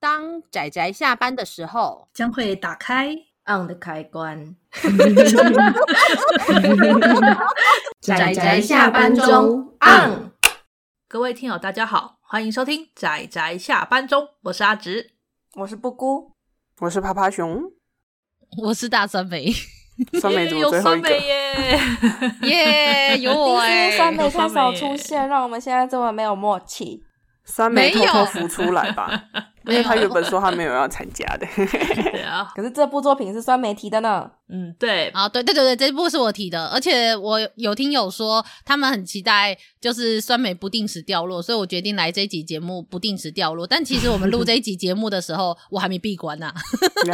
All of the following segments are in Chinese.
当仔仔下班的时候，将会打开 on 的开 关。宅宅下班中 on。各位听友，大家好，欢迎收听《仔仔下班中》，我是阿直。我是布姑，我是趴趴 熊， 我是大酸梅， 酸梅耶组哎有最后酸一梅个。耶！耶、有我第一哎、欸次酸梅有太酸少梅出耶现，让我们现在这么没有默契。酸没梅偷偷有浮出来 吧，因没有为他原本说他没有要参加的。 对啊，可是这部作品是酸梅提的呢，嗯，对， 啊，对对对对，这部是我提的，而且我有听友说他们很期待，就是酸梅不定时掉落，所以我决定来这一集节目不定时掉落。但其实我们录这一集节目的时候，我还没闭关呢、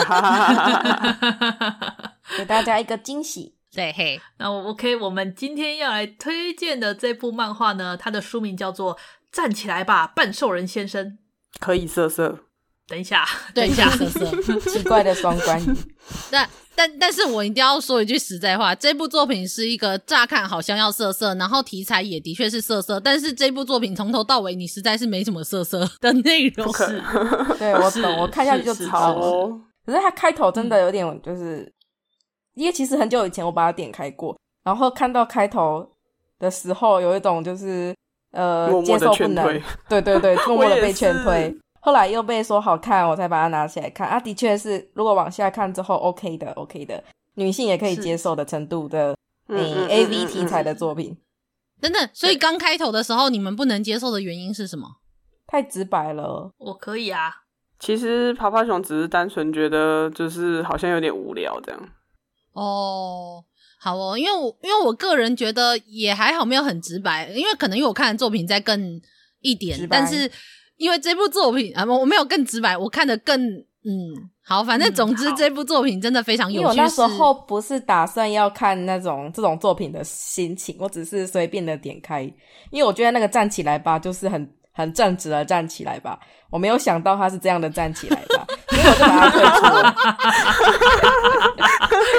给大家一个惊喜。对嘿，那我 OK，我们今天要来推荐的这部漫画呢，它的书名叫做《站起来吧，半兽人先生》。可以色色，等一下， 对，等一下 是是是。奇怪的双 关语， 但但但是我一定要说一句实在话，这部作品是一个乍看好像要色色，然后题材也的确是色色，但是这部作品从头到尾你实在是没什么色色的内容。不是，对我是懂，我看下去就是知是道好了。哦可是它开头真的有嗯点，就是因为其实很久以前我把它点开过，然后看到开头的时候，有一种就是呃默默接受地不劝能退，对对 对，默默的我也被劝推是。后来又被说好看，我才把它拿起来看啊。的确是，如果往下看之后，OK 的，OK 的，女性也可以是接受的程度的，哎嗯嗯嗯，A 嗯 V 嗯题材的作品等等，所以刚开头的时候你们不能接受的原因是什么？太直白了。我可以啊。其实爬爬熊只是单纯觉得，就是好像有点无聊这样。哦，好哦，因为我因为我个人觉得也还好，没有很直白，因为可能因为我看的作品再更一点直，白但是因为这部作品啊，我我没有更直白，我看的更嗯好，反正嗯总之好这部作品真的非常因有为我趣。那时是候不是打算要看那种这种作品的心情，我只是随便的点开，因为我觉得那个站起来吧，就是很很正直的站起来吧，我没有想到他是这样的站起来吧，所以我就把它退出了。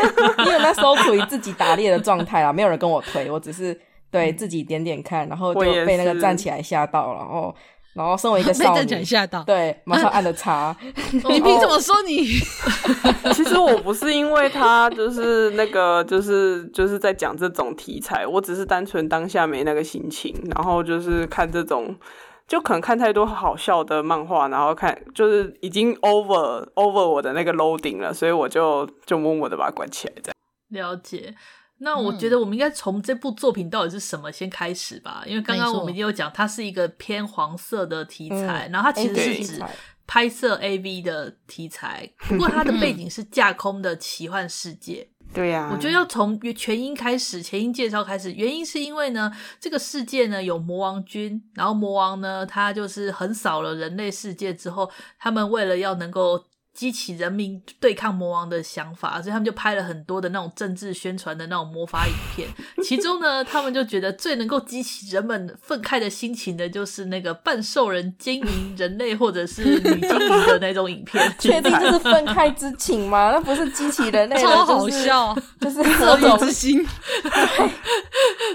因为那时候处于自己打猎的状态啦，没有人跟我推，我只是对自己点点看，然后就我也是被那个站起来吓到，然后然后身为一个 被哦少站起来女，吓到，对，马上按了 叉。你凭什么说你？其实我不是因为他就是那个就是就是在讲这种题材，我只是单纯当下没那个心情，然后就是看这种。就可能看太多好笑的漫画，然后看就是已经 over over 我的那个 loading 了，所以我就就默默的把它关起来。这样了解。那我觉得我们应该从这部作品到底是什么先开始吧，因为刚刚没错我们也有讲，它是一个偏黄色的题材，然后它其实 AV 是题指材拍摄 AV 的题材，不过它的背景是架空的奇幻世界。对啊呀、我觉得要从全因开始，前因介绍开始。原因是因为呢，这个世界呢有魔王军，然后魔王呢他就是横扫了人类世界之后，他们为了要能够激起人民对抗魔王的想法，所以他们就拍了很多的那种政治宣传的那种魔法影片。其中呢，他们就觉得最能够激起人们愤慨的心情的，就是那个半兽人经营人类或者是女经营的那种影片。确定这是愤慨之情吗？ 那不是激起人类的，超好， 笑，就是这有种之心。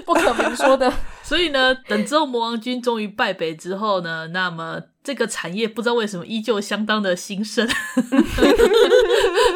不可明说的。所以呢，等之后魔王军终于败北之后呢，那么这个产业不知道为什么依旧相当的兴盛。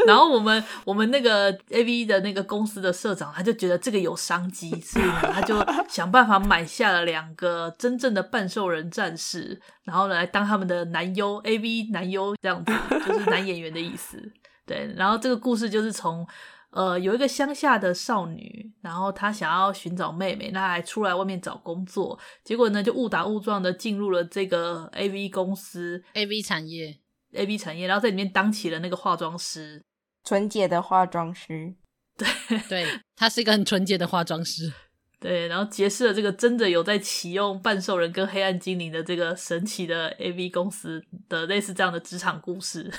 然后我们我们那个 A V 的那个公司的社长，他就觉得这个有商机，所以呢，他就想办法买下了两个真正的半兽人战士，然后来当他们的男优 A V 男优这样子，就是男演员的意思。对，然后这个故事就是从呃有一个乡下的少女，然后她想要寻找妹妹，那她还出来外面找工作，结果呢就误打误撞的进入了这个 A V 公司 A V 产业， A V 产业，然后在里面当起了那个化妆师。纯洁的化妆师，对， 他是一个很纯洁的化妆师。对，然后结识了这个真的有在启用半兽人跟黑暗精灵的这个神奇的 A V 公司的类似这样的职场故事，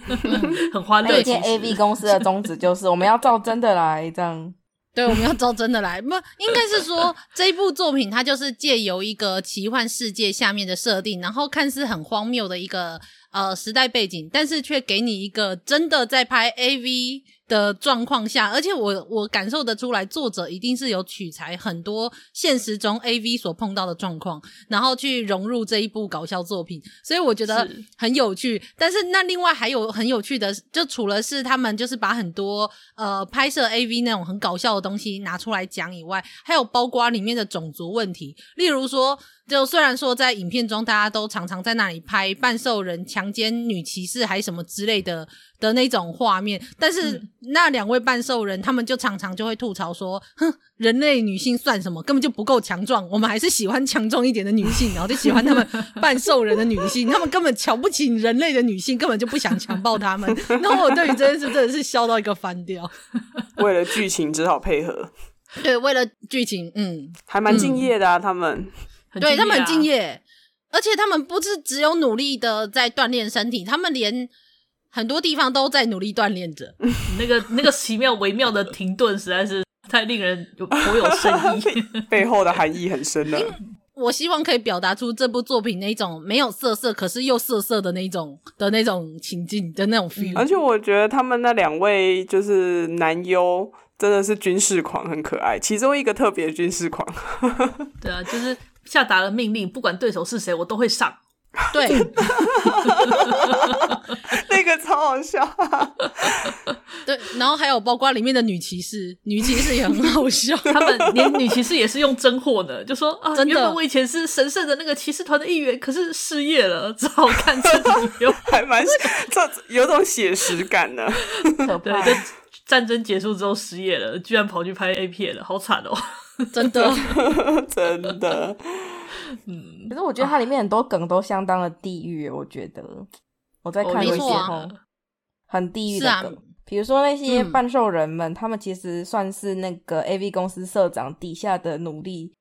很欢乐。那一间其实 A V 公司的宗旨就是我们要照真的来，这样对，我们要照真的来，不应该是说这一部作品，它就是借由一个奇幻世界下面的设定，然后看似很荒谬的一个呃时代背景，但是却给你一个真的在拍 AV 的状况下，而且我我感受得出来，作者一定是有取材很多现实中 AV 所碰到的状况，然后去融入这一部搞笑作品，所以我觉得是很有趣。但是那另外还有很有趣的，就除了是他们就是把很多呃拍摄 AV 那种很搞笑的东西拿出来讲以外，还有包括里面的种族问题，例如说，就虽然说在影片中大家都常常在那里拍半兽人强奸女骑士还什么之类的的那种画面，但是那两位半兽人他们就常常就会吐槽说，哼，人类女性算什么，根本就不够强壮，我们还是喜欢强壮一点的女性，然后就喜欢他 们半兽人的女性，他们根本瞧不起人类的女性，根本就不想强暴他们。那我对于这件事真的是笑到一个翻掉。为了剧情只好配合， 对，为了剧情，嗯，还蛮敬业的啊。他们很对他们很敬业业，啊而且他们不是只有努力的在锻炼身体，他们连很多地方都在努力锻炼着。啊，那个那个奇妙微妙的停顿实在是太令人有颇有深意。背后的含义很深 的，我希望可以表达出这部作品那种没有色色，可是又色色的那种的那种情境的那种 feel。而且我觉得他们那两位就是男优。真的是军事狂，很可爱。其中一个特别军事狂， 对啊，就是下达了命令，不管对手是谁，我都会上。对，那个超好笑。对，然后还有包括里面的女骑士，女骑士也很好笑。他们连女骑士也是用真货呢，就说啊，真的原本我以前是神圣的那个骑士团的一员，可是失业了，只好看这种 有还蛮这有种写实感呢。 可对，怕。哎就战争结束之后失业了，居然跑去拍 A 片了，好惨 哦！真的，真的，可是我觉得它里面很多梗都相当的地狱，我觉得我在看没有一些错啊后很地狱是的啊梗，比如说那些嗯半兽人们，他们其实算是那个 AV 公司社长底下的奴隶，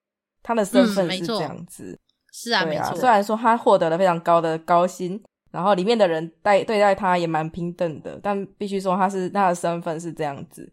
他的身嗯份没是错这样子。是啊，对没啊，错虽。然说他获得了非常高的高薪，然后里面的人待对待他也蛮平等的，但必须说他是他的身份是这样子。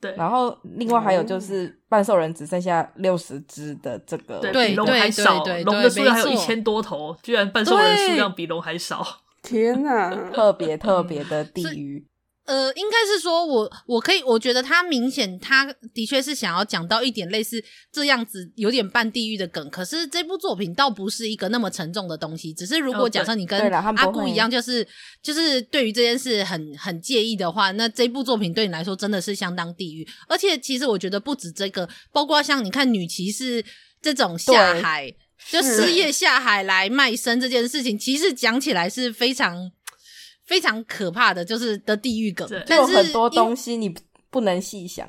对然后另外还有哦就是半兽人只剩下六十只的这个对比龙还少，对对对龙的数量还有没一错千多头，居然半兽人对数量比龙还少。天哪！特别特别的地嗯是狱。呃，应该是说我我可以，我觉得他明显他的确是想要讲到一点类似这样子有点半地狱的梗，可是这部作品倒不是一个那么沉重的东西，只是如哦果对假设你跟对啦他们阿不姑会一样，就是就是对于这件事很很介意的话，那这部作品对你来说真的是相当地狱。而且其实我觉得不止这个，包括像你看女骑士这种下对海。就是失业下海来卖身这件事情，其实讲起来是非常非常可怕的，就是的地狱梗对。但就是很多因东西你不能细想，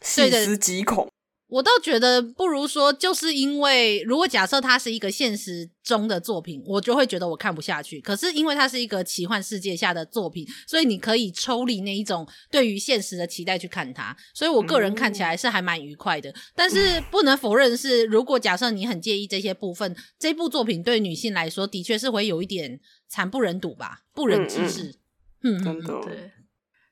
细对思极恐，我倒觉得不如说，就是因为如果假设它是一个现实中的作品，我就会觉得我看不下去。可是因为它是一个奇幻世界下的作品，所以你可以抽离那一种对于现实的期待去看它。所以我个人看起来是还蛮愉快的。但是不能否认是，如果假设你很介意这些部分，这部作品对女性来说的确是会有一点惨不忍睹吧，不忍直视。嗯，真嗯的。对，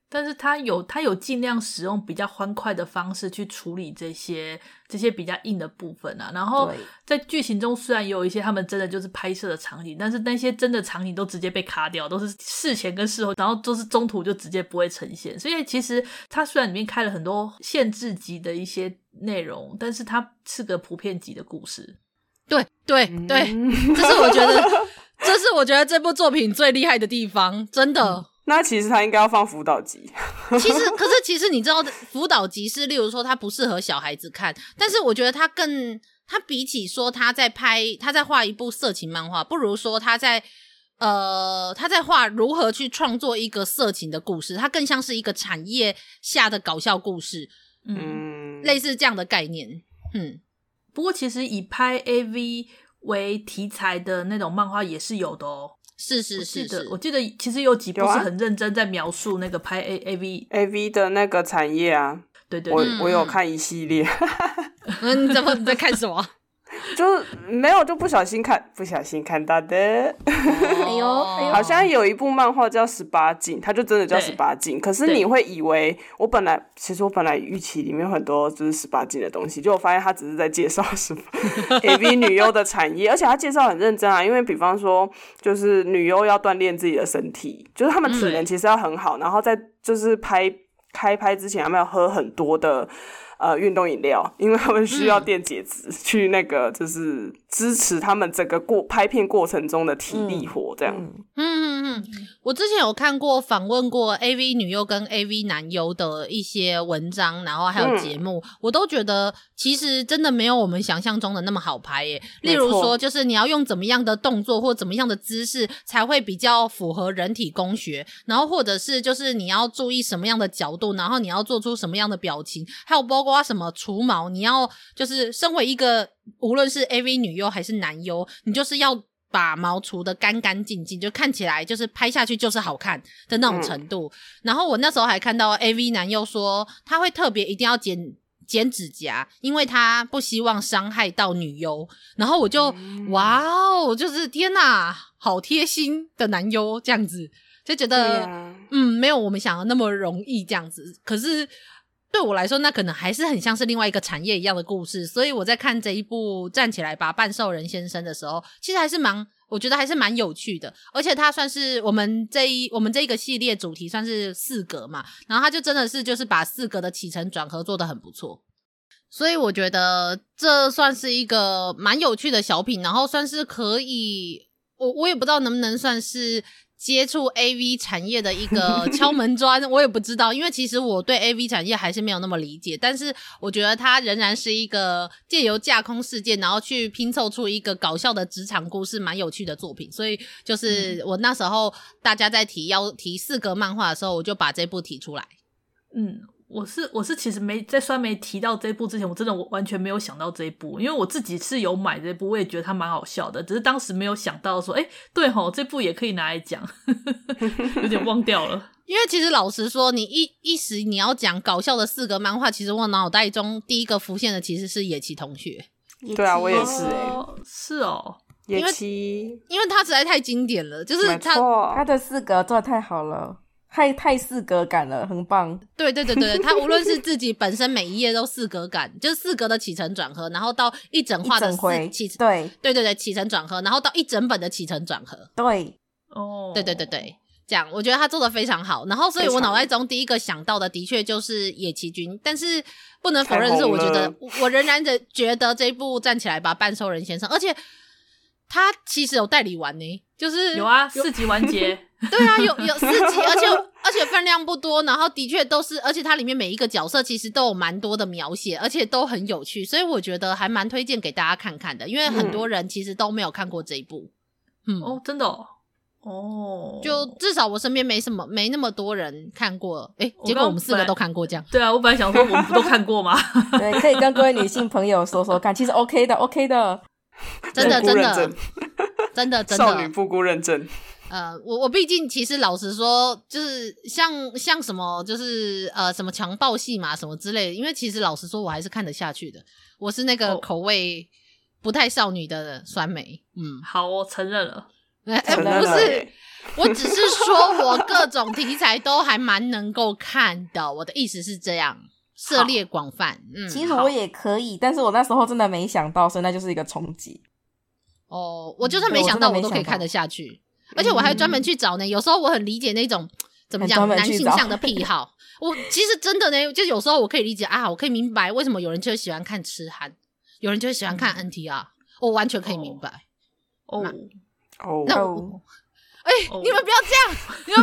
但是他有他有尽量使用比较欢快的方式去处理这些这些比较硬的部分啊。然后对在剧情中虽然有一些他们真的就是拍摄的场景，但是那些真的场景都直接被卡掉，都是事前跟事后，然后都是中途就直接不会呈现。所以其实它虽然里面开了很多限制级的一些内容，但是它是个普遍级的故事。对对嗯对，这是我觉得，这是我觉得这部作品最厉害的地方，真的。那其实他应该要放辅导集，其实，可是其实你知道，辅导集是，例如说它不适合小孩子看，但是我觉得它更，它比起说他在拍，他在画一部色情漫画，不如说他在。呃，他在画如何去创作一个色情的故事，它更像是一个产业下的搞笑故事，嗯嗯，类似这样的概念。嗯，不过其实以拍 AV 为题材的那种漫画也是有的哦。是我是记是得是，我记得其实有几部有啊是很认真在描述那个拍 A A V， A V 的那个产业啊，对对我对，嗯我有看一系列， 嗯，你怎么你在看什么？就是没有就不小心看，不小心看到的。哎呦，好像有一部漫画叫《十八禁》，它就真的叫《十哦对八禁》。可是对你会以为我本来其实我本来预期里面有很多就是十八禁的东西，结果发现他只是在介绍什 么 A V 女优的产业，而且他介绍很认真啊。因为比方说，就是女优要锻炼自己的身体，就是她们体能嗯其实要很好，然后在就是拍开拍之前，他们要喝很多的。呃，运动饮料， 因为他们需要电解嗯质、去那个，就是支持他们整个过拍片过程中的体力活，这样。嗯嗯嗯，我之前有看过访问过 AV 女优跟 AV 男优的一些文章，然后还有节目，我都觉得其实真的没有我们想象中的那么好拍耶。例如没说，错就是你要用怎么样的动作或怎么样的姿势才会比较符合人体工学，然后或者是就是你要注意什么样的角度，然后你要做出什么样的表情，还有包括什么除毛，你要就是身为一个无论是 AV 女优还是男优，你就是要把毛除的干干净净，就看起来就是拍下去就是好看的那嗯种程度。然后我那时候还看到 AV 男优说他会特别一定要剪。剪指甲，因为他不希望伤害到女优。然后我就、哇哦，就是天哪，好贴心的男优这样子，就觉对得、啊嗯，没有我们想的那么容易这样子。可是对我来说，那可能还是很像是另外一个产业一样的故事。所以我在看这一部《站起来吧，半兽人先生》的时候，其实还是蛮，我觉得还是蛮有趣的。而且它算是我们这一我们这一个系列主题算是四格嘛，然后它就真的是就是把四格的起承转合做得很不错。所以我觉得这算是一个蛮有趣的小品，然后算是可以我我也不知道能不能算是接触 A V 产业的一 个敲门砖，我也不知道，因为其实我对 A V 产业还是没有那么理解，但是我觉得它仍然是一个借由架空事件，然后去拼凑出一个搞笑的职场故事，蛮有趣的作品。所以嗯就是我那时候大家在提要提四格漫画的时候，我就把这部提出来。嗯，我是我是其实没在酸梅提到这一部之前，我真的完全没有想到这一部，因为我自己是有买这部，我也觉得它蛮好笑的，只是当时没有想到说，哎、对吼，这部也可以拿来讲， 有点忘掉了。因为其实老实说，你一一时你要讲搞笑的四格漫画，其实我脑袋中第一个浮现的其实是野崎同学。对啊 我也是欸哦，是哦，野因为崎，因为它实在太经典了，就是没它，错，他的四格做的太好了，太太四格感了，很棒。对对对对，它无论是自己本身每一页都四格感，就是四格的起承转合，然后到一整一画的整回四起，承，对对对对，起承转合，然后到一整本的起承转合，对，哦，对对对对，这样我觉得他做的非常好。然后，所以非我常脑袋中第一个想到的的确就是野崎君，但是不能否太认是，红我觉得了我仍然的觉得这一部站起来吧，半兽人先生，而且他其实有代理完呢，就是有啊，四集完结， 对啊，有有四 集，而且而且分量不多，然后的确都是，而且它里面每一个角色其实都有蛮多的描写，而且都很有趣，所以我觉得还蛮推荐给大家看看的，因为很多人其实都没有看过这一部，嗯，哦，真的哦，哦，就至少我身边没什么没那么多人看过，诶，我结果刚我们四个本来都看过，这样对啊，我本来想说我们不都看过吗？ 对，可以跟各位女性朋友说说看，其实 OK 的，OK 的。真的不真认的真，真的真啊的少女不孤认证，呃，我我毕竟其实老实说，就是像像什么，就是呃什么强暴戏嘛，什么之类的。因为其实老实说，我还是看得下去的。我是那个哦口味不太少女的酸梅， 嗯，好，我承认了。哎、哎承认不了是，耶我只是说我各种题材都还蛮能够看的。我的意思是这样，涉猎广泛，嗯，其实我也可以，但是我那时候真的没想到，所以那就是一个冲击。哦，我就算嗯没对我想真的到，我没都可以想看到得下去，而且我还专门去找呢。有时候我很理解那种怎么还讲专门男去性找向的癖 好，我其实真的呢，就有时候我可以理解啊，我可以明白为什么有人就喜欢看痴汉，有人就喜欢看嗯 NTR，我完全可以明白。哦， 哦，那哦我，哎、哦你们不要这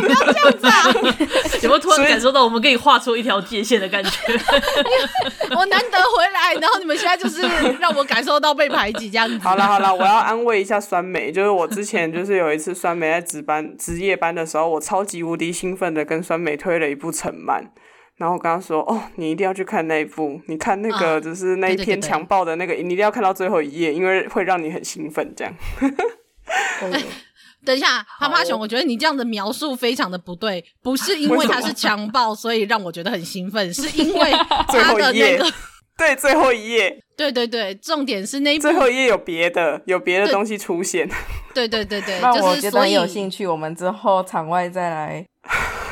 样，你们不要这样子啊！ 有没有突所然以感受到我们给你画出一条界限的感觉？我难得回来，然后你们现在就是让我感受到被排挤这样子。好啦好啦，我要安慰一下酸梅，就是我之前就是有一次酸梅在值班值夜班的时候，我超级无敌兴奋的跟酸梅推了一部《陈漫》，然后我跟他说：“哦，你一定要去看那一部，你看那个啊就是那一对对篇对对强暴的那个，你一定要看到最后一页，因为会让你很兴奋。”这样，等一下，好哈哦巴熊，我觉得你这样的描述非常的不对，不是因为为什么他是 强暴，所以让我觉得很兴奋，是因为最他后的一那页个，对，最后一页，对对对，重点是那一部最，后一页有别的，有别的东西出现。对对对对，那我就是觉所得以有兴趣，我们之后场外再来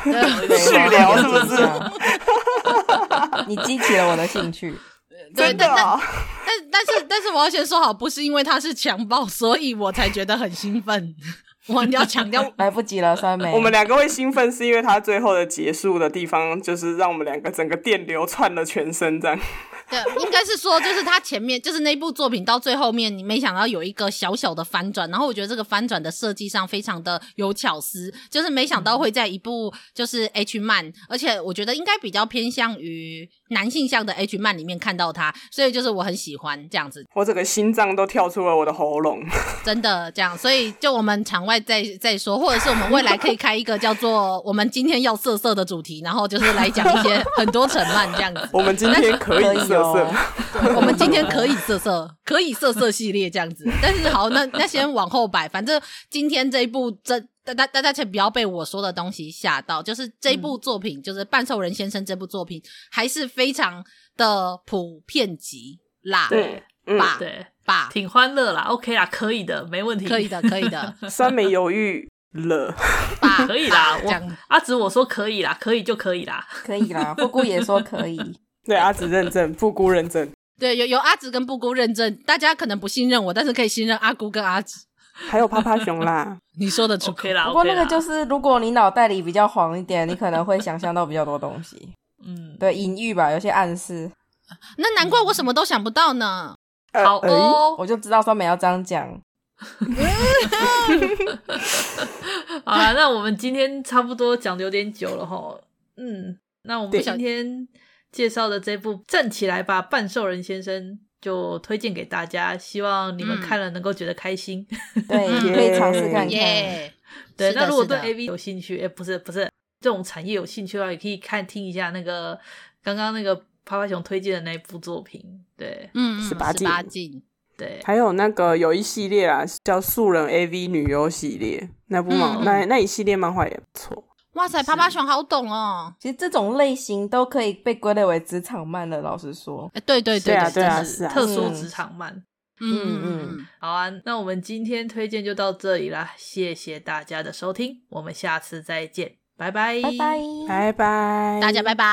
对续聊 是 不是？你激起了我的兴趣，对真的但哦，但但是但是我要先说好，不是因为他是强暴，所以我才觉得很兴奋。 我要强调，来不及了，酸梅。我们两个会兴奋，是因为它最后的结束的地方，就是让我们两个整个电流窜了全身，这样。对，应该是说就是他前面就是那部作品到最后面，你没想到有一个小小的翻转，然后我觉得这个翻转的设计上非常的有巧思，就是没想到会在一部就是 H 漫，而且我觉得应该比较偏向于男性向的 H 漫里面看到他，所以就是我很喜欢这样子。我整个心脏都跳出了我的喉咙。真的这样，所以就我们场外再再说，或者是我们未来可以开一个叫做“我们今天要色色”的主题，然后就是来讲一些很多层漫这样子。我们今天可以哦色色，哦我们今天可以色色，可以色色系列这样子。但是好，那那先往后摆，反正今天这一部真。大大大家请不要被我说的东西吓到，就是这部作品，就是半兽人先生这部作品，还是非常的普遍级啦，对嗯吧对，吧，挺欢乐啦，OK 啦，可以的，没问题，可以的，可以 的，酸梅犹豫了，吧，可以啦吧。这样我阿紫我说可以啦，可以就可以啦。可以 啦，布姑也说可以。对阿紫认证，布姑认证，对，有有阿紫跟布姑认证，大家可能不信任我，但是可以信任阿姑跟阿紫。还有趴趴熊啦。你说的出口 OK 啦，不过 OK 那啦个就是，如果你脑袋里比较黄一点，你可能会想象到比较多东西，嗯，对隐喻吧，有些暗示，那难怪我什么都想不到呢。呃好，哦，我就知道酸梅要这样讲。好啦，啊那我们今天差不多讲的有点久了哈。嗯，那我们对今天介绍的这部《站起来吧，半兽人先生》就推荐给大家，希望你们嗯看了能够觉得开心。对，嗯可以尝试看看。耶、对，是的那如果是的对 A V 有兴趣，哎、不是不是这种产业有兴趣的话，也可以看听一下那个刚刚那个趴趴熊推荐的那部作品。对嗯，嗯十八十禁八禁，对，还有那个有一系列啊，叫素人 AV 女优系列，那部漫、嗯那那一系列漫画也不错。哇塞，趴趴熊好懂哦。其实这种类型都可以被归类为职场漫的。老实说，哎，对对对是啊对啊真是是啊特殊嗯职场漫。嗯嗯嗯嗯，好啊，那我们今天推荐就到这里啦，谢谢大家的收听，我们下次再见，拜拜，拜拜。拜拜，大家拜拜。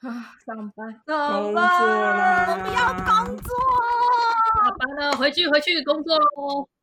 啊，上班，工作啦，我们要工作。下班了，回去回去工作喽。